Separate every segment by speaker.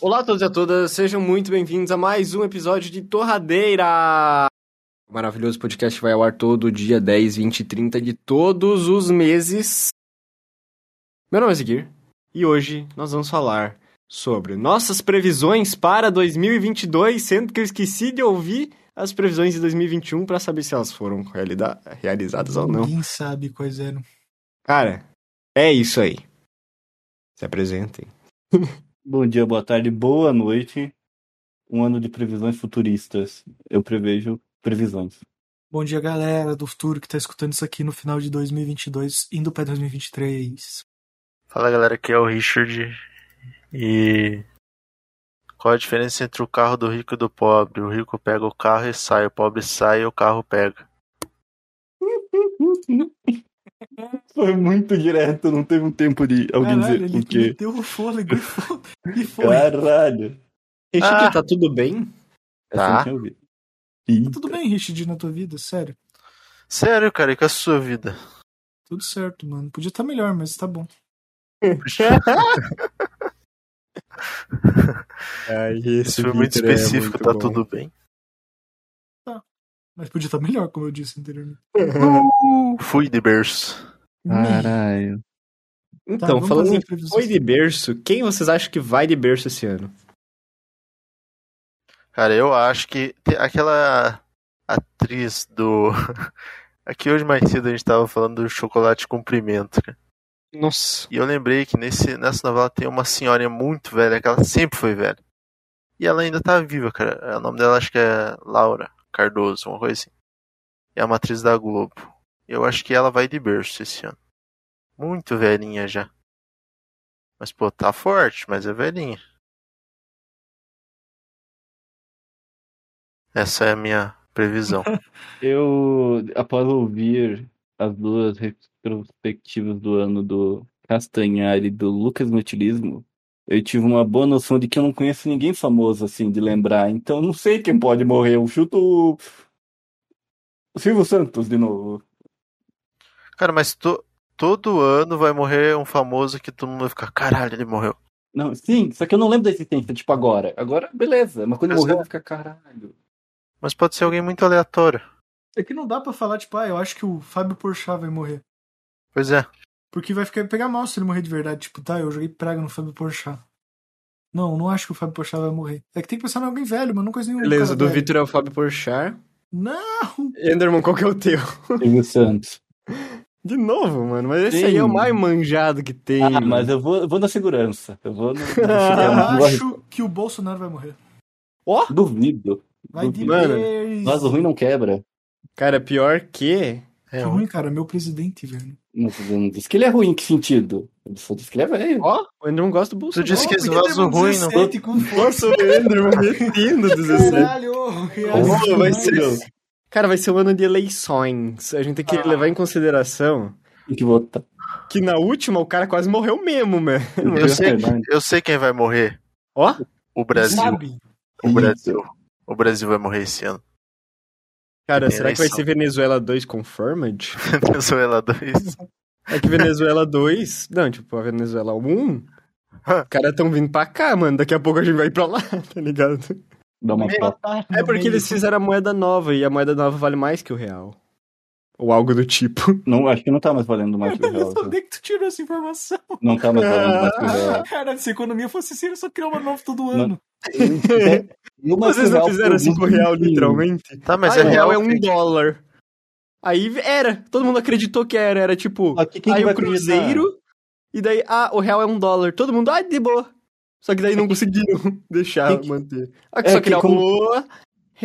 Speaker 1: Olá a todos e a todas, sejam muito bem-vindos a mais um episódio de Torradeira! O maravilhoso podcast vai ao ar todo dia 10, 20 e 30 de todos os meses. Meu nome é Ziguir e hoje nós vamos falar sobre nossas previsões para 2022, sendo que eu esqueci de ouvir as previsões de 2021 para um saber se elas foram realida- realizadas ou não.
Speaker 2: Ninguém sabe quais eram.
Speaker 1: Cara, é isso aí. Se apresentem.
Speaker 3: Bom dia, boa tarde, boa noite. Um ano de previsões futuristas. Eu prevejo previsões.
Speaker 2: Bom dia, galera do futuro que tá escutando isso aqui no final de 2022, indo pra 2023.
Speaker 4: Fala galera, aqui é o Richard. E qual a diferença entre o carro do rico e do pobre? O rico pega o carro e sai, o pobre sai e o carro pega.
Speaker 3: Foi muito direto, não teve um tempo de alguém
Speaker 2: Caralho,
Speaker 3: dizer
Speaker 2: ele
Speaker 3: o quê.
Speaker 2: meteu o fôlego e foi. E foi.
Speaker 3: Caralho!
Speaker 1: Richard,
Speaker 4: Ah.
Speaker 1: tá tudo bem?
Speaker 3: Essa eu não
Speaker 4: Tá.
Speaker 3: tinha ouvido. Ih,
Speaker 2: Tudo bem, Richard, na tua vida? Sério.
Speaker 4: Sério, cara, e com a sua vida?
Speaker 2: Tudo certo, mano. Podia estar melhor, mas tá bom.
Speaker 4: Isso foi
Speaker 1: é
Speaker 4: muito específico, tá tudo bem.
Speaker 2: Mas podia estar melhor, como eu disse anteriormente.
Speaker 4: Uh, Fui de berço.
Speaker 3: Ah, Caralho.
Speaker 2: Tá,
Speaker 1: Então,
Speaker 2: vamos
Speaker 1: falando
Speaker 2: fazer
Speaker 1: em
Speaker 2: a previsão.
Speaker 1: foi de berço, quem vocês acham que vai de berço esse ano?
Speaker 4: Cara, eu acho que te- aquela atriz do. Aqui hoje mais cedo a gente tava falando do chocolate cumprimento, cara.
Speaker 1: Nossa.
Speaker 4: E eu lembrei que nesse, nessa novela tem uma senhorinha muito velha, que ela sempre foi velha. E ela ainda tá viva, cara. O nome dela acho que é Laura Cardoso, uma coisa assim. É uma atriz da Globo. Eu acho que ela vai de berço esse ano. Muito velhinha já. Mas, pô, tá forte, mas é velhinha. Essa é a minha previsão.
Speaker 3: Eu, após ouvir as duas retrospectivas do ano do Castanhar e do Lucas no Utilismo, eu tive uma boa noção de que eu não conheço ninguém famoso assim de lembrar, então não sei quem pode morrer. Eu chuto o Silvio Santos de novo.
Speaker 4: Cara, mas to- todo ano vai morrer um famoso que todo mundo vai ficar, caralho, ele morreu.
Speaker 3: Não, sim, só que eu não lembro da existência, tipo agora. Agora, beleza, mas quando ele
Speaker 4: Mas
Speaker 3: morrer eu
Speaker 4: é-
Speaker 3: vou ficar caralho.
Speaker 4: Mas pode ser alguém muito aleatório.
Speaker 2: É que não dá pra falar, tipo, ah, eu acho que o Fábio Porchat vai morrer.
Speaker 4: Pois é.
Speaker 2: Porque vai ficar pegar mal se ele morrer de verdade. Tipo, tá, eu joguei praga no Fábio Porchat. Não, não acho que o Fábio Porchat vai morrer. É que tem que pensar em alguém velho, mano. Não conheço nenhum
Speaker 1: Beleza,
Speaker 2: cara
Speaker 1: do
Speaker 2: velho.
Speaker 1: Vitor é o Fábio Porchat.
Speaker 2: Não!
Speaker 1: Enderman, qual que é o teu?
Speaker 3: Silvio Santos.
Speaker 1: De novo, mano, mas esse
Speaker 3: Sim.
Speaker 1: aí é o mais manjado que tem.
Speaker 3: Ah,
Speaker 1: mano.
Speaker 3: mas eu vou, eu vou na segurança. Eu vou no, no
Speaker 2: Eu
Speaker 3: segurança. Não
Speaker 2: acho que o Bolsonaro vai morrer.
Speaker 1: Ó,
Speaker 3: Duvido.
Speaker 2: Vai de
Speaker 1: Mano,
Speaker 2: vez.
Speaker 3: Mas o ruim não quebra.
Speaker 1: cara, pior que...
Speaker 4: é
Speaker 2: Que
Speaker 4: um-
Speaker 2: ruim, cara. Meu presidente, velho.
Speaker 3: Não, eu não disse que ele é ruim, em que sentido? Eu só disse que ele é velho.
Speaker 1: Ó, o Enderman gosta do Bolsonaro.
Speaker 4: disse Diz que esse
Speaker 2: Por
Speaker 4: vaso
Speaker 2: teve um
Speaker 4: ruim,
Speaker 2: 17 com
Speaker 1: Nossa,
Speaker 2: força.
Speaker 1: o Enderman metindo 17.
Speaker 2: Caralho,
Speaker 1: Nossa,
Speaker 2: reação,
Speaker 1: vai
Speaker 2: né?
Speaker 1: ser- Cara, vai ser um ano de eleições. A gente tem que
Speaker 2: Ah.
Speaker 1: levar em consideração
Speaker 3: Tem que votar.
Speaker 1: que na última o cara quase morreu mesmo, mano.
Speaker 3: é
Speaker 4: Eu sei,
Speaker 3: né?
Speaker 4: eu sei quem vai morrer.
Speaker 1: Ó,
Speaker 4: O Brasil.
Speaker 2: Sabe?
Speaker 4: O Brasil. O Brasil vai morrer esse ano.
Speaker 1: cara, será que vai
Speaker 4: Eleição.
Speaker 1: ser Venezuela 2 Confirmed?
Speaker 4: Venezuela 2.
Speaker 1: É que Venezuela 2. Não, tipo, a Venezuela 1. Os caras tão vindo pra cá, mano. Daqui a pouco a gente vai pra lá, tá ligado?
Speaker 3: Dá uma foto.
Speaker 1: É porque eles fizeram a moeda nova e a moeda nova vale mais que o real. Ou algo do tipo.
Speaker 3: Não, acho que não tá mais valendo mais que o real. né?
Speaker 2: Onde é que tu tirou essa informação?
Speaker 3: Não tá mais valendo mais que o real.
Speaker 2: Cara, se a economia fosse assim, ele só criar uma nova todo ano.
Speaker 3: Eu, mais
Speaker 1: É. Vocês não
Speaker 3: que o real,
Speaker 1: fizeram
Speaker 3: eu
Speaker 1: 5
Speaker 3: duvido.
Speaker 1: real, literalmente?
Speaker 4: Tá, mas
Speaker 1: ah,
Speaker 4: é
Speaker 1: o
Speaker 4: real.
Speaker 1: real é um
Speaker 4: fake.
Speaker 1: dólar. Aí era. Todo mundo acreditou que era. Era tipo.
Speaker 3: Só que quem
Speaker 1: aí
Speaker 3: que
Speaker 1: o
Speaker 3: vai
Speaker 1: Cruzeiro.
Speaker 3: acreditar?
Speaker 1: E daí, ah, o real é um dólar. Todo mundo, ah, de boa. Só que daí não conseguiram deixar
Speaker 3: Que que-
Speaker 1: manter. Ah,
Speaker 3: É
Speaker 1: só
Speaker 3: que
Speaker 1: que
Speaker 3: como-
Speaker 1: o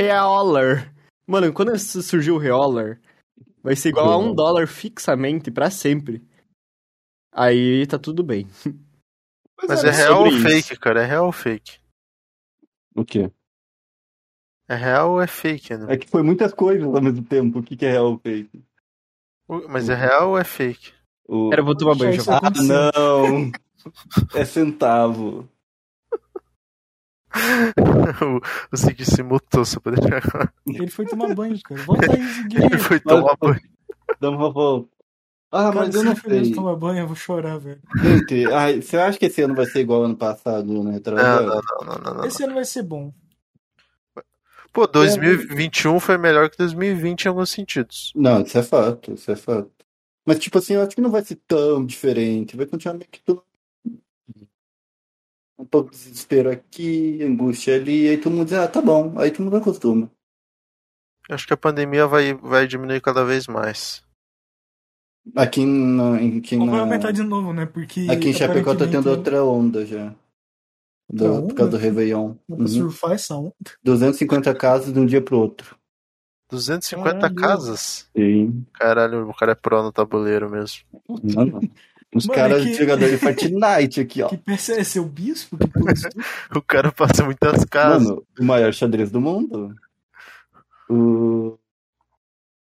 Speaker 1: realer. Mano, quando s- surgiu o realer, vai ser igual a um
Speaker 3: Realer.
Speaker 1: dólar fixamente pra sempre. Aí tá tudo bem.
Speaker 4: Mas
Speaker 1: é
Speaker 4: é real ou
Speaker 1: sobre
Speaker 4: fake, cara? É real ou fake?
Speaker 3: O quê?
Speaker 4: É real ou é fake, né?
Speaker 3: É que foi muitas coisas ao mesmo tempo. O que, que é real fez?
Speaker 4: O- Mas é real ou é fake?
Speaker 3: O...
Speaker 1: Cara, eu vou tomar banho,
Speaker 2: Isso
Speaker 1: já.
Speaker 3: Ah,
Speaker 2: aconteceu.
Speaker 3: não! é centavo.
Speaker 4: o Zig se mutou, só pra deixar claro.
Speaker 2: Ele foi tomar banho, cara. Volta aí,
Speaker 4: Ele
Speaker 2: Ziguinho.
Speaker 4: foi tomar banho.
Speaker 3: Dá uma volta. Ah,
Speaker 2: Cara,
Speaker 3: mas
Speaker 2: se
Speaker 3: eu
Speaker 2: o
Speaker 3: não
Speaker 2: Fernando
Speaker 3: sei.
Speaker 2: tomar banho, eu vou chorar, velho.
Speaker 3: Gente, ai, você acha que esse ano vai ser igual ao ano passado, né?
Speaker 4: Não,
Speaker 1: Ah,
Speaker 4: não, não, não, não, não.
Speaker 2: Esse ano vai ser bom.
Speaker 4: Pô, 2021 foi melhor que 2020 em alguns sentidos.
Speaker 3: Não, isso é fato, isso é fato. Mas, tipo assim, eu acho que não vai ser tão diferente. Vai continuar meio que tudo. Um pouco de desespero aqui, angústia ali, aí todo mundo diz, ah, tá bom. Aí todo mundo acostuma.
Speaker 4: Acho que a pandemia vai, vai diminuir cada vez mais.
Speaker 3: Aqui, na, em- aqui,
Speaker 2: Ou vai
Speaker 3: na,
Speaker 2: aumentar de novo, né? Porque.
Speaker 3: aqui em Chapecó tá tendo
Speaker 2: aparentemente,
Speaker 3: outra onda já. Do-
Speaker 2: Outra
Speaker 3: Por causa
Speaker 2: onda?
Speaker 3: do Réveillon.
Speaker 2: Dá
Speaker 3: Uhum.
Speaker 2: pra é surfar essa onda.
Speaker 3: 250 casos de um dia pro outro.
Speaker 4: 250
Speaker 2: Caralho.
Speaker 4: casas?
Speaker 3: Sim.
Speaker 4: Caralho, o cara é pró no tabuleiro mesmo.
Speaker 3: Não, não. Os
Speaker 2: Mano,
Speaker 3: caras
Speaker 2: é que-
Speaker 3: jogadores de Fortnite aqui, ó.
Speaker 2: Que peça é seu bispo? Que pôs tudo?
Speaker 4: O cara passa muitas casas.
Speaker 3: Mano, o maior xadrez do mundo.
Speaker 2: Eu
Speaker 3: O...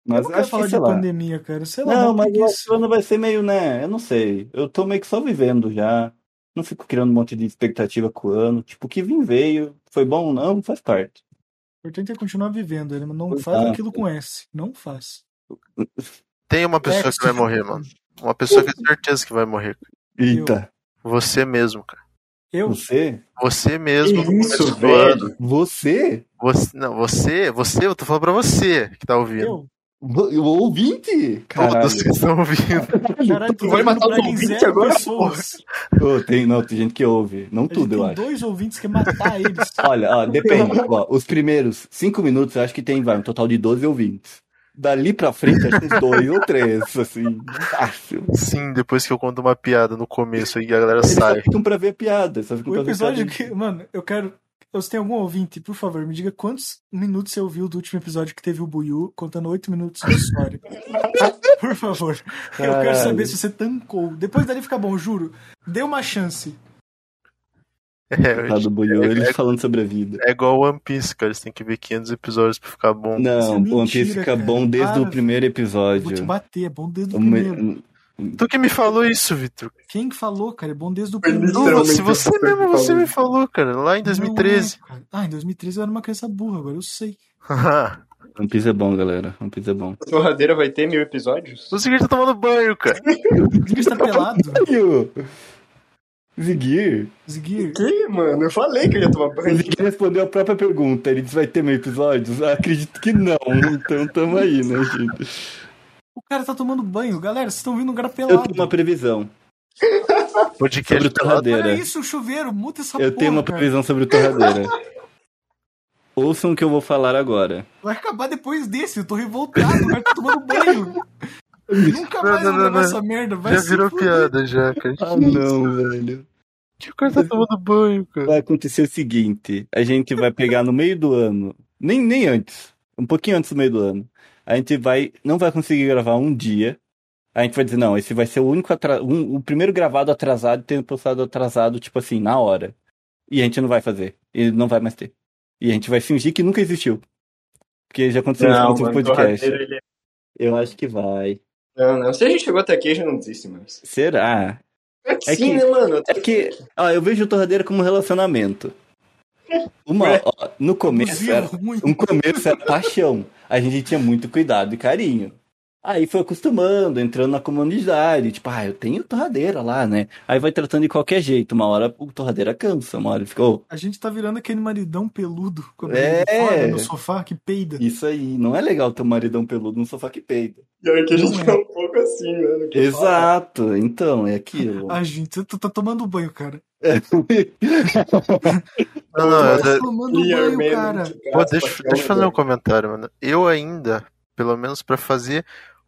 Speaker 3: Mas
Speaker 2: não
Speaker 3: eu
Speaker 2: quero
Speaker 3: acho
Speaker 2: falar
Speaker 3: que,
Speaker 2: de
Speaker 3: sei lá.
Speaker 2: pandemia, cara. Sei lá,
Speaker 3: Não,
Speaker 2: mó
Speaker 3: mas eu acho que o
Speaker 2: preguiça.
Speaker 3: ano vai ser meio, né? Eu não sei. Eu tô meio que só vivendo já. Não fico criando um monte de expectativa com o ano. Tipo, o que vim veio. Foi bom ou não? Faz parte.
Speaker 2: O importante é continuar vivendo. Ele não
Speaker 3: Exato.
Speaker 2: faz aquilo com S. Não faz.
Speaker 4: Tem uma
Speaker 2: É.
Speaker 4: pessoa que vai morrer, mano. Uma pessoa que eu tenho certeza que vai morrer.
Speaker 3: Eita,
Speaker 4: Você mesmo, cara.
Speaker 2: Eu?
Speaker 3: você?
Speaker 4: Você mesmo
Speaker 1: Que
Speaker 4: no
Speaker 1: isso,
Speaker 4: começo do
Speaker 1: velho?
Speaker 4: ano.
Speaker 3: Você?
Speaker 4: Você, não, você, você, eu tô falando pra você que tá ouvindo.
Speaker 2: Eu?
Speaker 3: O ouvinte? Caralho.
Speaker 4: Todos que estão ouvindo.
Speaker 2: Caralho, tu
Speaker 1: vai matar os ouvintes agora,
Speaker 2: pessoas.
Speaker 3: Ô, tem, não, tem gente que ouve. Não
Speaker 2: A gente
Speaker 3: tudo, eu
Speaker 2: tem
Speaker 3: acho.
Speaker 2: dois ouvintes que é matar eles.
Speaker 3: Olha, ó, depende. Ó, os primeiros cinco minutos, eu acho que tem, vai, um total de 12 ouvintes. Dali pra frente, acho que uns dois ou três, assim, fácil.
Speaker 4: Sim, depois que eu conto uma piada no começo aí a
Speaker 1: tá
Speaker 4: galera
Speaker 3: Eles só
Speaker 4: sai.
Speaker 3: ficam pra ver a piada. Só ficam
Speaker 2: O
Speaker 3: pra ver a
Speaker 2: episódio
Speaker 3: piada.
Speaker 2: que. Mano, eu quero. Se tem algum ouvinte, por favor, me diga quantos minutos você ouviu do último episódio que teve o Buiu contando oito minutos de história. Por favor. Eu quero
Speaker 3: Caralho.
Speaker 2: saber se você tancou. Depois dali fica bom, juro. Dê uma chance.
Speaker 3: Tá do
Speaker 4: É,
Speaker 3: Buiu,
Speaker 4: é-
Speaker 3: eles falando sobre a vida.
Speaker 1: Tá
Speaker 4: é igual One Piece, cara. Eles têm que ver 500 episódios pra ficar bom.
Speaker 3: Não,
Speaker 2: é mentira,
Speaker 3: o One Piece fica
Speaker 2: cara.
Speaker 3: bom desde
Speaker 2: Para,
Speaker 3: o primeiro episódio.
Speaker 2: Vou te bater, é bom desde o
Speaker 3: O me-
Speaker 2: primeiro.
Speaker 4: Tu que me falou isso, Vitor.
Speaker 2: Quem que falou, cara? É bom desde o
Speaker 1: Foi
Speaker 2: primeiro.
Speaker 1: literalmente
Speaker 4: Se você
Speaker 1: Vitor que
Speaker 4: mesmo, você
Speaker 1: falou.
Speaker 4: me falou, cara, lá em 2013.
Speaker 2: Não é, cara. ah, em 2013 eu era uma criança burra, agora eu sei.
Speaker 3: One Piece é bom, galera. One Piece é bom.
Speaker 1: Torradeira vai ter mil episódios?
Speaker 4: Você que tá tomando banho, cara.
Speaker 2: Ziggy está pelado.
Speaker 3: Ziguir.
Speaker 2: Ziggy,
Speaker 1: Que, mano? Eu falei que eu ia tomar
Speaker 3: O
Speaker 1: banho.
Speaker 3: Ziguir respondeu a própria pergunta. Ele disse, vai ter meio episódios? Ah, acredito que não. Então tamo aí, né, gente?
Speaker 2: o cara tá tomando banho. Galera, vocês estão vindo um cara
Speaker 3: Eu
Speaker 2: pelado.
Speaker 3: tenho uma previsão sobre
Speaker 4: Podcast
Speaker 3: o
Speaker 4: pelado.
Speaker 2: Olha
Speaker 3: Torradeira.
Speaker 2: isso, o chuveiro, muda essa
Speaker 3: Eu
Speaker 2: porra,
Speaker 3: tenho uma
Speaker 2: cara.
Speaker 3: previsão sobre o Torradeira. Ouçam o que eu vou falar agora.
Speaker 2: Vai acabar depois desse, eu tô revoltado, o cara tá tomando banho. Nunca
Speaker 4: Não,
Speaker 2: mais
Speaker 4: não,
Speaker 2: vou gravar
Speaker 4: não,
Speaker 2: essa merda, vai
Speaker 4: Já
Speaker 2: se
Speaker 4: virou
Speaker 2: fuder.
Speaker 4: piada, já, cara.
Speaker 3: Ah, não, velho.
Speaker 4: Que o cara tá tomando banho, cara.
Speaker 3: vai acontecer o seguinte: a gente vai pegar no meio do ano, nem, nem antes, um pouquinho antes do meio do ano. A gente vai, não vai conseguir gravar um dia. A gente vai dizer, não, esse vai ser o único atra- um- o primeiro gravado atrasado, tendo postado atrasado, tipo assim, na hora. E a gente não vai fazer. E não vai mais ter. E a gente vai fingir que nunca existiu. Porque já aconteceu isso com outros podcasts.
Speaker 1: torradeira, ele...
Speaker 3: Eu acho que vai.
Speaker 1: Não, não. Se a gente chegou até aqui, já não desiste mais.
Speaker 3: Será?
Speaker 1: É que
Speaker 3: É
Speaker 1: sim,
Speaker 3: que-
Speaker 1: né, mano?
Speaker 3: É que, ó, eu vejo o torradeira como um relacionamento. Uma, ó, no começo, era,
Speaker 2: É. Abusivo, ruim.
Speaker 3: um começo era paixão. A gente tinha muito cuidado e carinho. Aí foi acostumando, entrando na comunidade. Tipo, ah, eu tenho torradeira lá, né? Aí vai tratando de qualquer jeito. Uma hora o torradeira cansa, uma hora ele fica, "Ô,
Speaker 2: A gente tá virando aquele maridão peludo quando
Speaker 3: É.
Speaker 2: ele fora no sofá que peida.
Speaker 3: isso aí, não é legal ter um maridão peludo no sofá que peida.
Speaker 1: Pior que a
Speaker 2: Não é.
Speaker 1: gente é um pouco assim, mano. Que
Speaker 3: Exato, então, é aquilo.
Speaker 2: Ah, gente, você tá, tá tomando banho, cara.
Speaker 4: Não, não,
Speaker 3: Ah,
Speaker 4: eu,
Speaker 2: Tá
Speaker 3: é.
Speaker 2: tomando banho, cara.
Speaker 4: Pô, deixa, deixa eu fazer um comentário, mano. Eu ainda, pelo menos pra fazer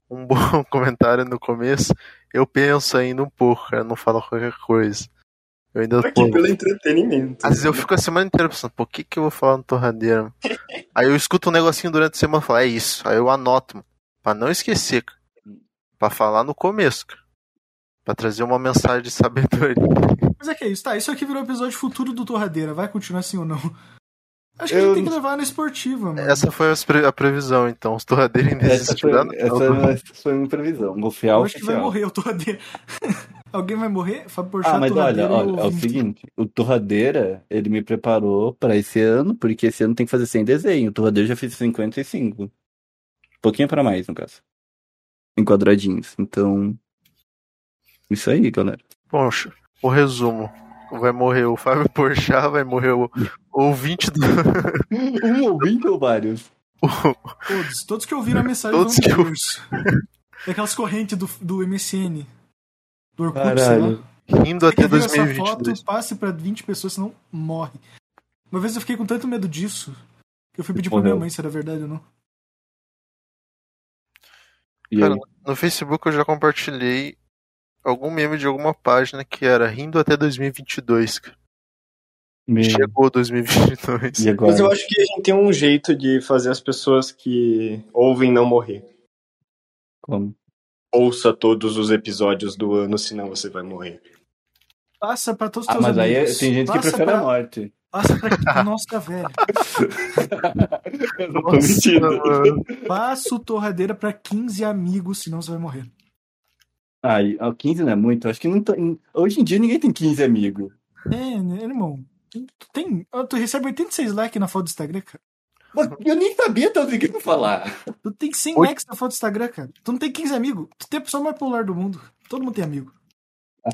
Speaker 4: um bom comentário no começo, eu penso ainda um pouco, cara, não falo qualquer coisa. Eu ainda
Speaker 1: aqui
Speaker 4: pô,
Speaker 1: pelo entretenimento.
Speaker 4: Às vezes eu fico a semana inteira pensando, pô, o que que eu vou falar no torradeira? mano? Aí eu escuto um negocinho durante a semana e falo, é isso. Aí eu anoto, mano, pra não esquecer, cara. Pra falar no começo, cara. Pra trazer uma mensagem de sabedoria.
Speaker 2: Mas é que é isso, tá? Isso aqui virou episódio futuro do Torradeira. Vai continuar assim ou não? Acho que a gente
Speaker 3: Eu-
Speaker 2: tem que levar na esportiva, mano.
Speaker 4: Essa foi as pre- a previsão, então. Os torradeiros ainda
Speaker 3: Essa foi,
Speaker 4: existirão?
Speaker 2: é
Speaker 4: Não.
Speaker 3: essa, essa foi minha previsão. Vou fiar
Speaker 2: Eu
Speaker 3: o
Speaker 2: acho que vai morrer o Torradeira. Alguém vai morrer? Fábio Porchat,
Speaker 3: Ah, mas olha,
Speaker 2: Torradeira e
Speaker 3: olha, é o
Speaker 2: ouvinte.
Speaker 3: seguinte, o Torradeira, ele me preparou pra esse ano, porque esse ano tem que fazer 100 desenhos. O Torradeira já fez 55. Um pouquinho pra mais, no caso. Em quadradinhos. Então, Isso aí, galera.
Speaker 4: Bom, ch- o resumo. Vai morrer o Fábio Porchat, vai morrer o o ouvinte do...
Speaker 3: Um ouvinte ou vários?
Speaker 2: Todos, todos que ouviram a mensagem
Speaker 4: Todos
Speaker 2: do
Speaker 4: que eu-
Speaker 2: curso. Daquelas correntes do, do MSN. Do Orkut, sei lá.
Speaker 3: Caralho.
Speaker 4: rindo
Speaker 2: Você
Speaker 4: até
Speaker 2: quer ver essa foto,
Speaker 4: 2022.
Speaker 2: passe pra 20 pessoas, senão morre. Uma vez eu fiquei com tanto medo disso que eu fui pedir pra
Speaker 3: Morreu.
Speaker 2: minha mãe se era verdade ou não.
Speaker 3: E
Speaker 4: Cara,
Speaker 3: aí?
Speaker 4: No Facebook eu já compartilhei algum meme de alguma página que era rindo até 2022. cara.
Speaker 3: Meu.
Speaker 4: Chegou 2022.
Speaker 3: E agora?
Speaker 1: Mas eu acho que a gente tem um jeito de fazer as pessoas que ouvem não morrer.
Speaker 3: Como?
Speaker 1: Ouça todos os episódios do ano, senão você vai morrer.
Speaker 2: Passa pra todos os
Speaker 3: Ah,
Speaker 2: teus
Speaker 3: mas aí
Speaker 2: amigos.
Speaker 3: tem gente que
Speaker 2: passa
Speaker 3: prefere
Speaker 2: pra,
Speaker 3: a morte.
Speaker 2: Passa pra... Nossa, velho.
Speaker 3: Eu não tô
Speaker 4: Nossa,
Speaker 3: mentindo.
Speaker 4: mano.
Speaker 2: Passa o torradeira pra 15 amigos, senão você vai morrer.
Speaker 3: Ai, ó, 15 não é muito. Acho que não tem. Hoje em dia ninguém tem 15 amigos.
Speaker 2: É, né, irmão. Tu tem... ah, Tu recebe 86 likes na foto do Instagram, cara.
Speaker 3: Mas Eu nem sabia até o que falar.
Speaker 2: Tu tem 100
Speaker 4: Oi.
Speaker 2: likes na foto do Instagram, cara. Tu não tem 15 amigos. Tu tem a pessoa mais popular do mundo. Todo mundo tem amigo.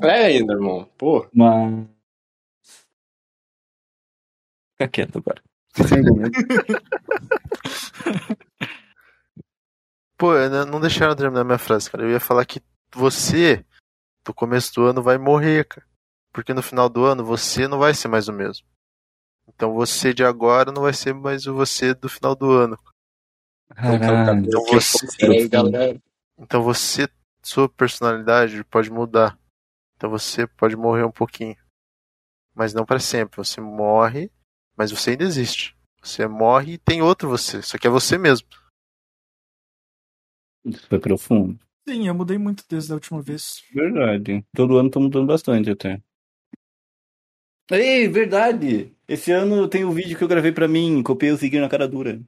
Speaker 1: É ainda, irmão. Pô.
Speaker 3: Mas. Fica quieto agora. Sem argumento.
Speaker 4: Pô, eu não não deixaram eu terminar minha frase, cara. Eu ia falar que você, do começo do ano, vai morrer, cara. Porque no final do ano você não vai ser mais o mesmo. Então você de agora não vai ser mais o você do final do ano.
Speaker 3: Caralho.
Speaker 4: Então você, então você sua personalidade pode mudar. Então você pode morrer um pouquinho. Mas não pra sempre. Você morre, mas você ainda existe. Você morre e tem outro você. Só que é você mesmo.
Speaker 3: Isso foi profundo.
Speaker 2: Sim, eu mudei muito desde a última vez.
Speaker 3: Verdade. Todo ano tá mudando bastante até. Ei, verdade! Esse ano tem um vídeo que eu gravei pra mim, copiei o seguir na cara dura.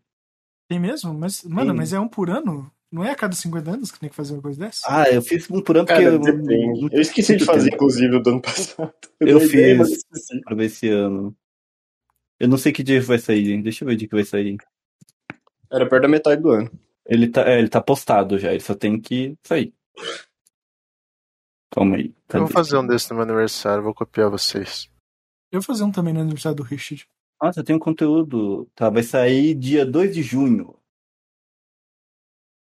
Speaker 2: Tem mesmo? Mas, mano,
Speaker 3: Tem.
Speaker 2: mas é um por ano? Não é a cada 50 anos que tem que fazer uma coisa dessa?
Speaker 3: Ah, eu fiz um por ano porque
Speaker 1: Cara,
Speaker 3: eu
Speaker 1: depende. Eu esqueci de fazer, inclusive, o do ano passado.
Speaker 3: Eu
Speaker 1: dei ideia,
Speaker 3: fiz.
Speaker 1: mas esqueci.
Speaker 3: pra ver esse ano. Eu não sei que dia vai sair, gente. Deixa eu ver o dia que vai sair.
Speaker 1: Era perto da metade do ano.
Speaker 3: Ele tá, é, ele tá postado já, ele só tem que sair. Calma aí.
Speaker 4: Eu vou
Speaker 3: cadê?
Speaker 4: fazer um desses no meu aniversário, vou copiar vocês.
Speaker 2: Eu vou fazer um também no aniversário do Richard.
Speaker 3: Nossa, tem um conteúdo. Tá, vai sair dia 2 de junho.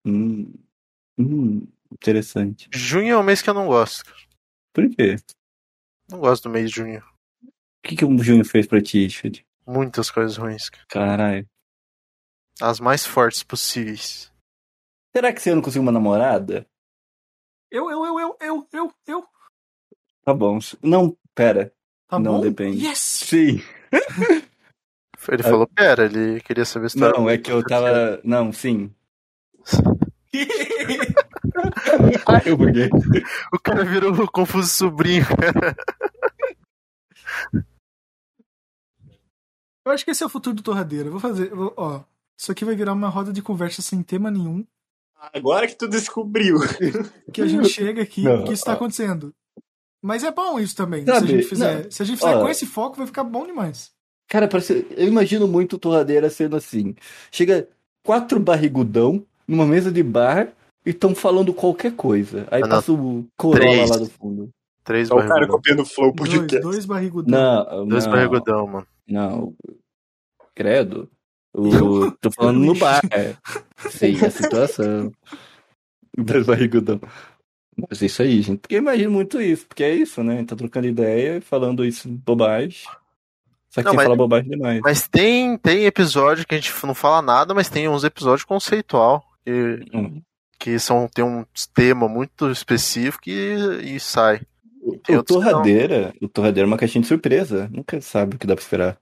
Speaker 3: Hum, hum, interessante.
Speaker 4: Junho é um mês que eu não gosto. cara.
Speaker 3: Por quê?
Speaker 4: Não gosto do mês de junho.
Speaker 3: O que, que o junho fez pra ti, Richard?
Speaker 4: Muitas coisas ruins. cara.
Speaker 3: Caralho.
Speaker 4: As mais fortes possíveis.
Speaker 3: Será que esse ano conseguiu uma namorada?
Speaker 2: Eu, eu, eu, eu, eu, eu, eu.
Speaker 3: Tá bom. Não, pera.
Speaker 2: Tá
Speaker 3: Não,
Speaker 2: bom?
Speaker 3: depende.
Speaker 2: Yes!
Speaker 3: Sim.
Speaker 4: Ele
Speaker 3: Ah.
Speaker 4: falou, pera, ele queria saber se tava-
Speaker 3: Não, é que eu tava. Não, sim. Ah, eu buguei.
Speaker 4: O cara virou o confuso sobrinho.
Speaker 2: eu acho que esse é o futuro do Torradeira. Eu Vou fazer. eu vou- ó, isso aqui vai virar uma roda de conversa sem tema nenhum.
Speaker 1: Agora que tu descobriu.
Speaker 2: Que a gente chega aqui
Speaker 3: Não,
Speaker 2: e que isso tá
Speaker 3: ó.
Speaker 2: acontecendo. Mas é bom isso também.
Speaker 3: Sabe, Ah.
Speaker 2: se a gente fizer, se a gente fizer
Speaker 3: ó.
Speaker 2: com esse foco, vai ficar bom demais.
Speaker 3: Cara, parece... eu imagino muito torradeira sendo assim. Chega quatro barrigudão numa mesa de bar e estão falando qualquer coisa. Aí
Speaker 4: Ah, não.
Speaker 3: passa o Corolla
Speaker 4: Três.
Speaker 3: lá do fundo.
Speaker 4: Três
Speaker 1: Só o cara
Speaker 4: barrigudão.
Speaker 1: copiando o Flow
Speaker 2: Dois,
Speaker 1: Podcast.
Speaker 2: dois barrigudão.
Speaker 3: Não,
Speaker 4: Dois
Speaker 3: Então, não,
Speaker 4: barrigudão, mano.
Speaker 3: não. Credo. O... Tô falando no bar. Sei a situação. Dois barrigudão. Mas é isso aí, gente. Porque eu imagino muito isso. Porque é isso, né? Tá trocando ideia, falando isso bobagem. Só que
Speaker 4: Não,
Speaker 3: sem
Speaker 4: mas-
Speaker 3: falar bobagem demais.
Speaker 4: Mas tem, tem episódio que a gente não fala nada, mas tem uns episódios conceitual que,
Speaker 3: Hum.
Speaker 4: que são, tem um tema muito específico e, e sai.
Speaker 3: O
Speaker 4: Tem
Speaker 3: o
Speaker 4: outros que não.
Speaker 3: torradeira, o torradeira é uma caixinha de surpresa. Nunca sabe o que dá pra esperar.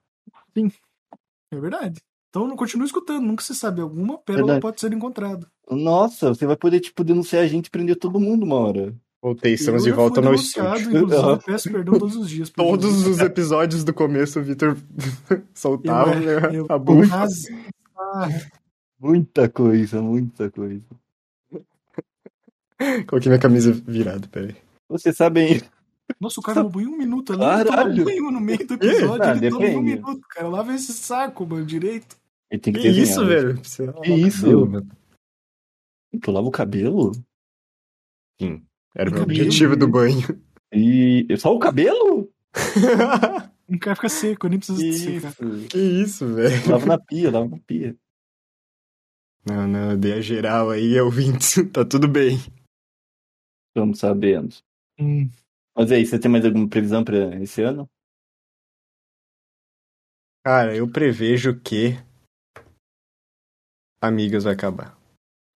Speaker 2: É verdade. Então não continua escutando, nunca se sabe. Alguma pérola
Speaker 3: Verdade.
Speaker 2: pode ser encontrada.
Speaker 3: Nossa, você vai poder, tipo, denunciar a gente e prender todo mundo uma hora.
Speaker 1: Voltei, estamos de
Speaker 2: Eu já
Speaker 1: volta
Speaker 2: fui
Speaker 1: no
Speaker 2: denunciado,
Speaker 1: estúdio.
Speaker 2: Inclusive,
Speaker 3: Não.
Speaker 2: eu peço perdão todos os dias. por
Speaker 1: Todos
Speaker 2: isso.
Speaker 1: os episódios do começo o Victor
Speaker 3: Ah,
Speaker 1: soltava né,
Speaker 2: eu,
Speaker 3: tá
Speaker 1: a bucha.
Speaker 2: mas- ah,
Speaker 3: Muita coisa, muita coisa.
Speaker 1: Coloquei minha camisa virada, peraí.
Speaker 3: Vocês sabem.
Speaker 2: Nossa, o cara roubou em um minuto. Ele não toma
Speaker 3: Caralho.
Speaker 2: banho um no meio do episódio.
Speaker 3: Ah,
Speaker 2: ele toma em um
Speaker 3: depende.
Speaker 2: minuto, cara. Lava esse saco, mano, direito.
Speaker 3: Ele tem
Speaker 1: Que
Speaker 3: que desenhar. né?
Speaker 1: isso, velho? Você-
Speaker 3: Que isso?
Speaker 1: Cabelo, mano.
Speaker 3: Tu lava o cabelo? Sim.
Speaker 1: Era o meu
Speaker 2: Meu
Speaker 1: objetivo do banho.
Speaker 3: E só o cabelo?
Speaker 2: Não quer ficar seco, nem precisa de secar.
Speaker 1: que isso, velho.
Speaker 3: Lava na pia, lava na pia.
Speaker 1: Não, não, eu dei a geral aí, eu vim. Tá tudo bem.
Speaker 3: Estamos sabendo.
Speaker 2: Hum.
Speaker 3: Mas aí, você tem mais alguma previsão pra esse ano?
Speaker 1: Cara, eu prevejo que. Amigas vai acabar.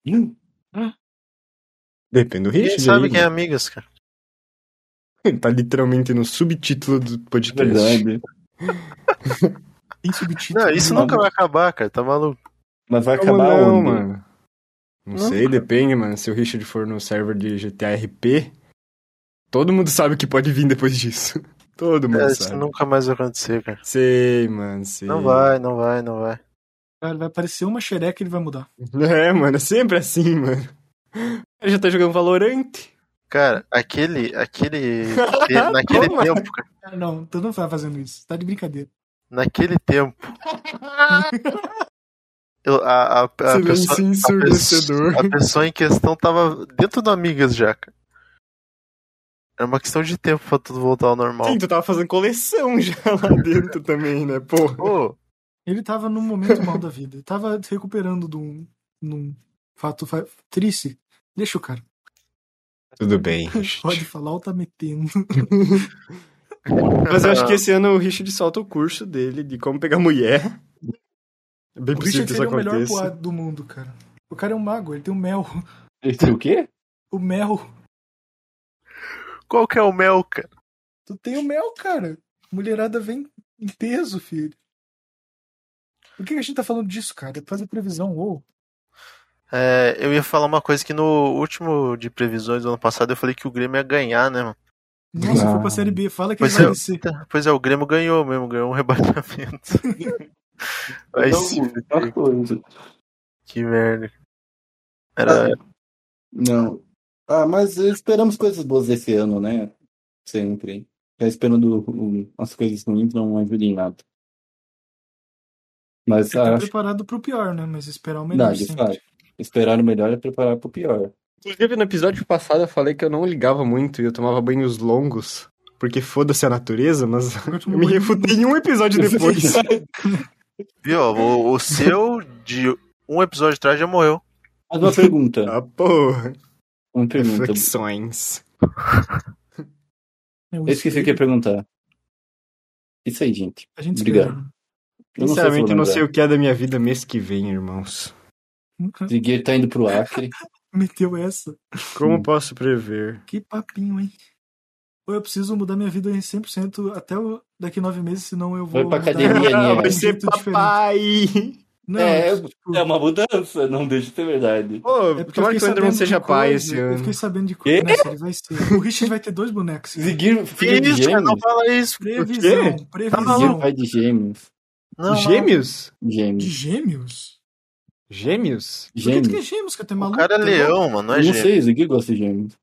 Speaker 3: Hum.
Speaker 1: Depende do
Speaker 4: Ninguém
Speaker 1: Richard.
Speaker 4: sabe
Speaker 1: aí,
Speaker 4: quem é
Speaker 1: né?
Speaker 4: amigas, cara.
Speaker 1: Ele tá literalmente no subtítulo do podcast.
Speaker 3: É Verdade.
Speaker 2: Tem subtítulo.
Speaker 4: Não, isso
Speaker 2: né?
Speaker 4: nunca vai acabar, cara. Tá maluco.
Speaker 3: Mas vai
Speaker 1: Como
Speaker 3: acabar
Speaker 1: não,
Speaker 3: onde?
Speaker 1: mano? Não,
Speaker 4: Não,
Speaker 1: sei, depende, mano. Se o Richard for no server de GTA RP, todo mundo sabe o que pode vir depois disso. Todo mundo
Speaker 4: É, isso
Speaker 1: sabe.
Speaker 4: nunca mais vai acontecer, cara.
Speaker 1: Sei, mano, sei.
Speaker 4: Não vai, não vai, não vai.
Speaker 2: Cara, vai aparecer uma xereca e ele vai mudar.
Speaker 1: É, mano, é sempre assim, mano. Ele já tá jogando Valorant.
Speaker 4: Cara, aquele. aquele te- naquele
Speaker 1: Como? é?
Speaker 4: tempo, cara.
Speaker 2: Cara, não, tu não vai fazendo isso. Tá de brincadeira.
Speaker 4: Naquele tempo. Eu, a, a, a pessoa,
Speaker 1: Silêncio
Speaker 4: a,
Speaker 1: ensurdecedor.
Speaker 4: pessoa, a pessoa em questão tava dentro do Amigas já, cara. Era uma questão de tempo pra tudo voltar ao normal.
Speaker 1: Sim, tu tava fazendo coleção já lá dentro também, né? Porra.
Speaker 4: Pô,
Speaker 2: Ele tava num momento mal da vida. Tava se recuperando de um, de um fato fa- triste. Deixa o cara.
Speaker 1: Tudo bem.
Speaker 2: Pode falar ou tá metendo.
Speaker 1: Mas eu acho que esse ano o Richard solta o curso dele de como pegar mulher. É bem
Speaker 2: O
Speaker 1: possível
Speaker 2: Richard
Speaker 1: que isso
Speaker 2: seria o melhor
Speaker 1: aconteça.
Speaker 2: poado do mundo, cara. O cara é um mago, ele tem o mel.
Speaker 3: Esse o quê?
Speaker 2: O mel.
Speaker 4: qual que é o mel, cara?
Speaker 2: Tu tem o mel, cara. Mulherada vem em peso, filho. Por que que a gente tá falando disso, cara? Fazer previsão, ou.
Speaker 4: É, eu ia falar uma coisa que no último de previsões do ano passado eu falei que o Grêmio ia ganhar, né, mano?
Speaker 2: Nossa,
Speaker 3: Ah. Tá
Speaker 2: foi pra série B. Fala que ele
Speaker 4: Pois
Speaker 2: vai
Speaker 4: é.
Speaker 2: descer.
Speaker 4: Pois é, o Grêmio ganhou mesmo, ganhou um rebaixamento. Vai
Speaker 3: Então,
Speaker 4: se fuder.
Speaker 1: tá
Speaker 3: outra coisa.
Speaker 4: que merda. Era,
Speaker 3: Não. Ah, mas esperamos coisas boas esse ano, né? Sempre. Já esperando um, as coisas ruins não ajudem em nada. Mas ah,
Speaker 2: Você tá
Speaker 3: acho
Speaker 2: preparado pro pior, né? Mas esperar o
Speaker 3: que
Speaker 2: melhor
Speaker 3: dá, de
Speaker 2: sempre.
Speaker 3: fato. Esperar o melhor é preparar pro pior.
Speaker 1: Inclusive, no episódio passado eu falei que eu não ligava muito e eu tomava banhos longos. Porque foda-se a natureza, mas
Speaker 2: Agora
Speaker 1: eu me refutei em um episódio depois.
Speaker 4: viu? ó, O, o seu de um episódio atrás já morreu.
Speaker 3: Mas uma pergunta.
Speaker 1: ah, porra.
Speaker 3: Uma pergunta.
Speaker 1: Reflexões.
Speaker 2: Eu É
Speaker 3: Eu esqueci o que eu ia perguntar. Isso aí, gente.
Speaker 2: A gente
Speaker 3: Obrigado.
Speaker 2: espera.
Speaker 3: Eu não sei se
Speaker 1: Sinceramente, eu não sei
Speaker 3: eu
Speaker 1: o que é da minha vida mês que vem, irmãos.
Speaker 2: Nunca
Speaker 3: Zigueiro tá indo pro Acre.
Speaker 2: meteu essa.
Speaker 1: Como
Speaker 3: Hum.
Speaker 1: posso prever?
Speaker 2: Que papinho, hein? Ou eu preciso mudar minha vida em 100% até o- daqui nove meses, senão eu vou.
Speaker 3: Vai pra
Speaker 2: mudar-
Speaker 3: academia,
Speaker 2: de
Speaker 1: Ah,
Speaker 3: Aninha.
Speaker 2: um
Speaker 1: vai ser
Speaker 2: jeito diferente.
Speaker 1: papai!
Speaker 2: Não,
Speaker 3: É, eu-
Speaker 2: tipo,
Speaker 3: É uma mudança, não deixa de ser verdade.
Speaker 1: Pô,
Speaker 2: é porque eu
Speaker 1: tomara
Speaker 2: fiquei
Speaker 1: que o Enderman
Speaker 2: sabendo
Speaker 1: seja
Speaker 2: de
Speaker 1: pai
Speaker 2: coisa,
Speaker 1: esse
Speaker 2: Eu
Speaker 1: ano.
Speaker 2: fiquei sabendo de
Speaker 3: Quê?
Speaker 2: coisa. Nossa, ele vai ser. O Richard vai ter dois bonecos.
Speaker 3: Zigueiro,
Speaker 4: Que
Speaker 3: filho de
Speaker 4: isso,
Speaker 1: é
Speaker 4: cara? Não
Speaker 3: gêmeos.
Speaker 4: fala isso.
Speaker 1: O
Speaker 2: Previsão,
Speaker 3: Zigueiro, é
Speaker 2: previsão.
Speaker 3: pai de gêmeos.
Speaker 4: Não,
Speaker 1: Gêmeos?
Speaker 3: Gêmeos.
Speaker 2: De gêmeos?
Speaker 1: Gêmeos?
Speaker 2: Por que que é
Speaker 3: Gêmeos.
Speaker 2: gêmeos, cara? Tem
Speaker 4: o
Speaker 2: maluco? tá
Speaker 4: cara é
Speaker 2: Tem
Speaker 4: leão, mano, não é
Speaker 3: Eu não
Speaker 4: gêmeo.
Speaker 3: sei, Zigueiro gosta de gêmeos.
Speaker 2: louco?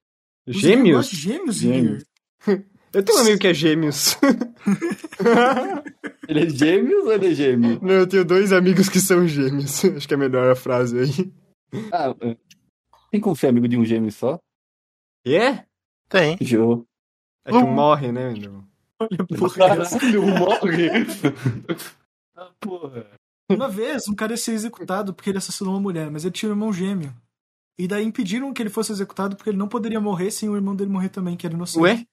Speaker 2: Você
Speaker 1: Gêmeos?
Speaker 2: gosta de Gêmeos,
Speaker 3: Gêmeos.
Speaker 2: Zigueiro?
Speaker 1: Eu tenho um amigo que é gêmeos.
Speaker 3: Ele é gêmeos ou ele é gêmeo?
Speaker 1: Não, eu tenho dois amigos que são gêmeos. Acho que é melhor a frase aí.
Speaker 3: Ah, é. tem como ser amigo de um gêmeo só?
Speaker 1: E é?
Speaker 4: Tem.
Speaker 3: Jô.
Speaker 1: É que morre, né, Enderman?
Speaker 2: Olha, porra.
Speaker 3: Caralho, morre! ah, porra.
Speaker 2: Uma vez, um cara ia ser executado porque ele assassinou uma mulher, mas ele tinha um irmão gêmeo. E daí impediram que ele fosse executado porque ele não poderia morrer sem o irmão dele morrer também, que era inocente.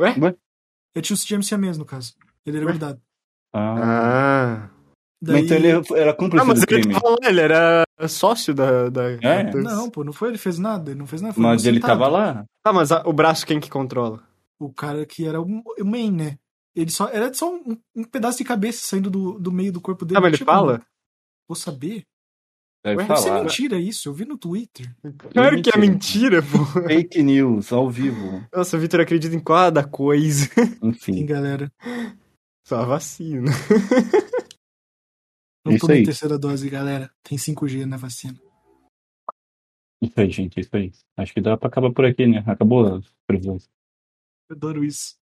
Speaker 1: Ué?
Speaker 2: Ele tinha os gêmeos siamês, no caso. Ele era
Speaker 1: Ué?
Speaker 2: grudado.
Speaker 3: Ah.
Speaker 1: Ah.
Speaker 2: Daí...
Speaker 3: Mas então ele era cúmplice
Speaker 1: Ah, mas
Speaker 3: do
Speaker 1: ele
Speaker 3: crime.
Speaker 1: tava lá, ele era sócio da. da,
Speaker 3: É?
Speaker 1: da-
Speaker 2: Não, pô, não foi, ele fez nada, ele não fez nada. Foi
Speaker 3: Mas ele
Speaker 2: inocentado.
Speaker 3: tava lá.
Speaker 1: Ah, mas a- o braço quem que controla?
Speaker 2: O cara que era o o main, né? Ele só era só um, um pedaço de cabeça saindo do, do meio do corpo dele.
Speaker 1: Ah, mas ele
Speaker 2: não tinha como-
Speaker 1: fala?
Speaker 2: Vou saber.
Speaker 3: Deve
Speaker 1: Ué,
Speaker 2: Deve ser
Speaker 3: falar.
Speaker 2: mentira isso, eu vi no Twitter.
Speaker 1: Claro que é mentira, pô.
Speaker 3: Fake news, ao vivo.
Speaker 1: Nossa, o Victor acredita em cada coisa.
Speaker 2: Sim,
Speaker 3: Enfim.
Speaker 2: galera.
Speaker 1: Só a vacina.
Speaker 2: Não
Speaker 3: Isso
Speaker 2: tomei
Speaker 3: aí.
Speaker 2: terceira dose, galera. Tem 5G na vacina.
Speaker 3: Isso aí, gente, isso aí. Acho que dá pra acabar por aqui, né? Acabou as previsões.
Speaker 2: Eu adoro isso.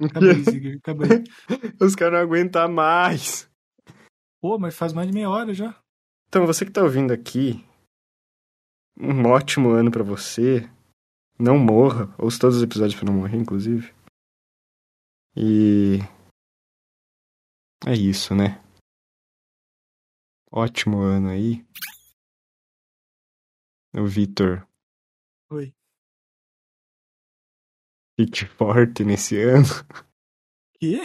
Speaker 2: Acaba aí, Ziggler, acaba aí.
Speaker 1: Os caras não aguentam mais.
Speaker 2: Pô, mas faz mais de meia hora já.
Speaker 1: Então, você que tá ouvindo aqui, um ótimo ano pra você. Não morra. Ouça todos os episódios pra não morrer, inclusive. E. É isso, né? Ótimo ano aí. O Vitor,
Speaker 2: Oi.
Speaker 1: fique forte nesse ano.
Speaker 2: Que?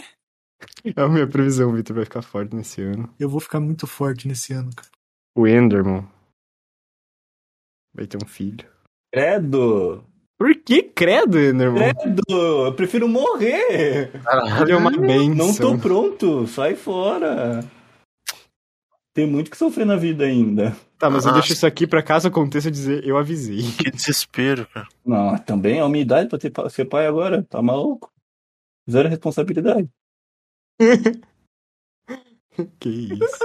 Speaker 1: É a minha previsão, o Vitor vai ficar forte nesse ano.
Speaker 2: Eu vou ficar muito forte nesse ano, cara.
Speaker 1: O Enderman vai ter um filho.
Speaker 3: Credo!
Speaker 1: Por que credo, Enderman?
Speaker 3: Credo! Eu prefiro morrer!
Speaker 1: Ele é uma benção.
Speaker 3: Não tô pronto, sai fora. Tem muito que sofrer na vida ainda.
Speaker 1: Tá, mas eu
Speaker 4: Ah.
Speaker 1: deixo isso aqui pra caso aconteça dizer eu avisei.
Speaker 4: Que desespero, cara.
Speaker 3: Não, também é uma idade pra ter pa- ser pai agora, tá maluco? Zero responsabilidade.
Speaker 1: Que isso.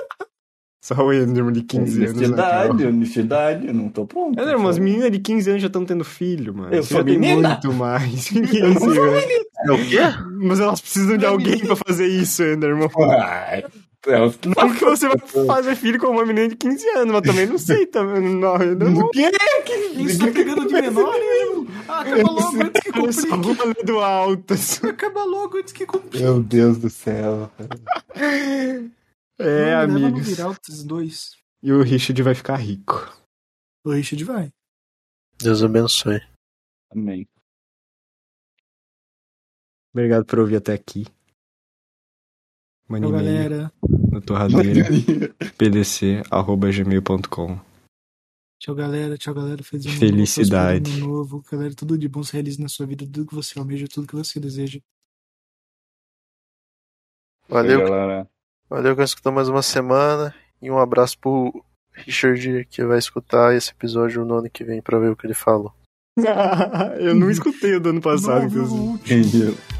Speaker 1: Só o Enderman
Speaker 4: É
Speaker 1: de 15 anos.
Speaker 3: honestidade,
Speaker 1: Né,
Speaker 3: honestidade, não tô pronto.
Speaker 1: Enderman, as meninas de 15 anos já estão tendo filho, mano.
Speaker 3: Eu
Speaker 1: Você
Speaker 3: sou
Speaker 1: já tem
Speaker 3: menina.
Speaker 1: muito mais. em 15
Speaker 3: Eu não sou
Speaker 1: anos.
Speaker 4: É o quê?
Speaker 1: Mas elas precisam de alguém pra fazer isso, Enderman.
Speaker 3: Ai, é eu-
Speaker 1: Porque você vai fazer filho com uma menina de 15 anos, mas também não sei, tá? Não, eu não
Speaker 3: O quê?
Speaker 2: Isso tá pegando de menor, hein? Ah, acaba logo antes que
Speaker 3: é
Speaker 1: eu só vou
Speaker 2: complique.
Speaker 1: ler do alto.
Speaker 2: Acaba logo antes que complique.
Speaker 3: Meu Deus do céu.
Speaker 1: É,
Speaker 2: Não, né? leva no
Speaker 1: amigos.
Speaker 2: viral esses dois.
Speaker 1: E o Richard vai ficar rico.
Speaker 2: O Richard vai.
Speaker 4: Deus abençoe.
Speaker 3: Amém.
Speaker 1: Obrigado por ouvir até aqui.
Speaker 2: Então,
Speaker 1: Manimei
Speaker 2: galera.
Speaker 1: na torradeira. pdc.gmail.com
Speaker 2: Tchau, galera. Tchau, galera. Feliz ano novo,
Speaker 1: Felicidade.
Speaker 2: próspero Ano novo. Galera, tudo de bom se realize na sua vida. Tudo que você almeja, tudo que você deseja.
Speaker 4: Valeu,
Speaker 3: galera.
Speaker 4: valeu que escutou mais uma semana. E um abraço pro Richard que vai escutar esse episódio no ano que vem pra ver o que ele falou.
Speaker 1: eu não escutei o do ano passado,
Speaker 2: Não ouviu o
Speaker 1: inclusive.
Speaker 2: último.
Speaker 3: Entendi.